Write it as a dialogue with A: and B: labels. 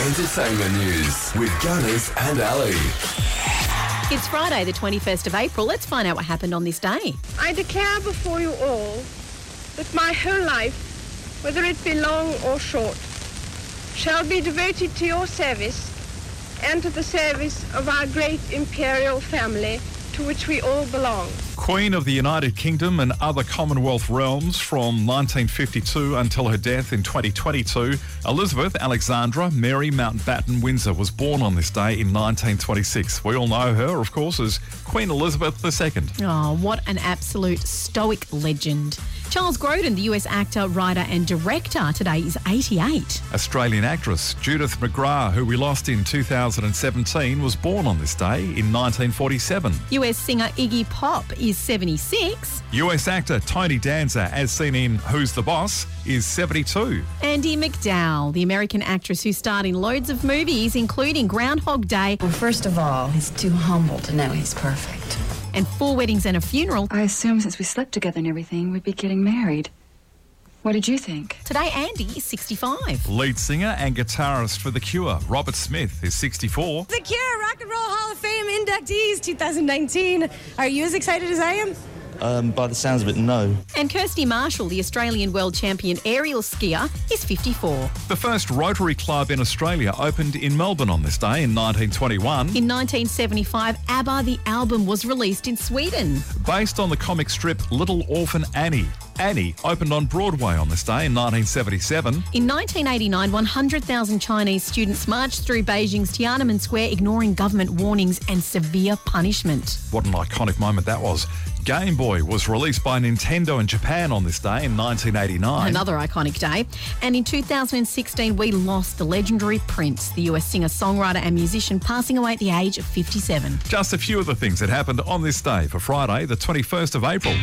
A: Entertainment news with Gunners and Ali.
B: It's Friday, the 21st of April. Let's find out what happened on this day.
C: I declare before you all that my whole life, whether it be long or short, shall be devoted to your service and to the service of our great imperial family to which we all belong.
D: Queen of the United Kingdom and other Commonwealth realms from 1952 until her death in 2022, Elizabeth Alexandra Mary Mountbatten Windsor was born on this day in 1926. We all know her, of course, as Queen Elizabeth II.
B: Oh, what an absolute stoic legend. Charles Grodin, the US actor, writer, and director, today is 88.
D: Australian actress Judith McGrath, who we lost in 2017, was born on this day in 1947.
B: US singer Iggy Pop is 76.
D: US actor Tony Danza, as seen in Who's the Boss, is 72.
B: Andy McDowell, the American actress who starred in loads of movies, including Groundhog Day
E: Well, first of all, he's too humble to know he's perfect.
B: and Four Weddings and a Funeral,
F: I assume since we slept together and everything, we'd be getting married. What did you think?
B: today Andy is 65.
D: Lead singer and guitarist for The Cure, Robert Smith, is 64.
G: The Cure Rock and Roll Hall of Fame inductees 2019. Are you as excited as I am?
H: Um, by the sounds of it, no.
B: And Kirsty Marshall, the Australian world champion aerial skier, is 54.
D: The first Rotary Club in Australia opened in Melbourne on this day in 1921.
B: In 1975, ABBA the album was released in Sweden.
D: Based on the comic strip Little Orphan Annie, Annie opened on Broadway on this day in 1977.
B: In 1989, 100,000 Chinese students marched through Beijing's Tiananmen Square, ignoring government warnings and severe punishment.
D: What an iconic moment that was. Game Boy was released by Nintendo in Japan on this day in 1989.
B: Another iconic day. And in 2016, we lost the legendary Prince, the US singer, songwriter, and musician, passing away at the age of 57.
D: Just a few of the things that happened on this day for Friday, the 21st of April.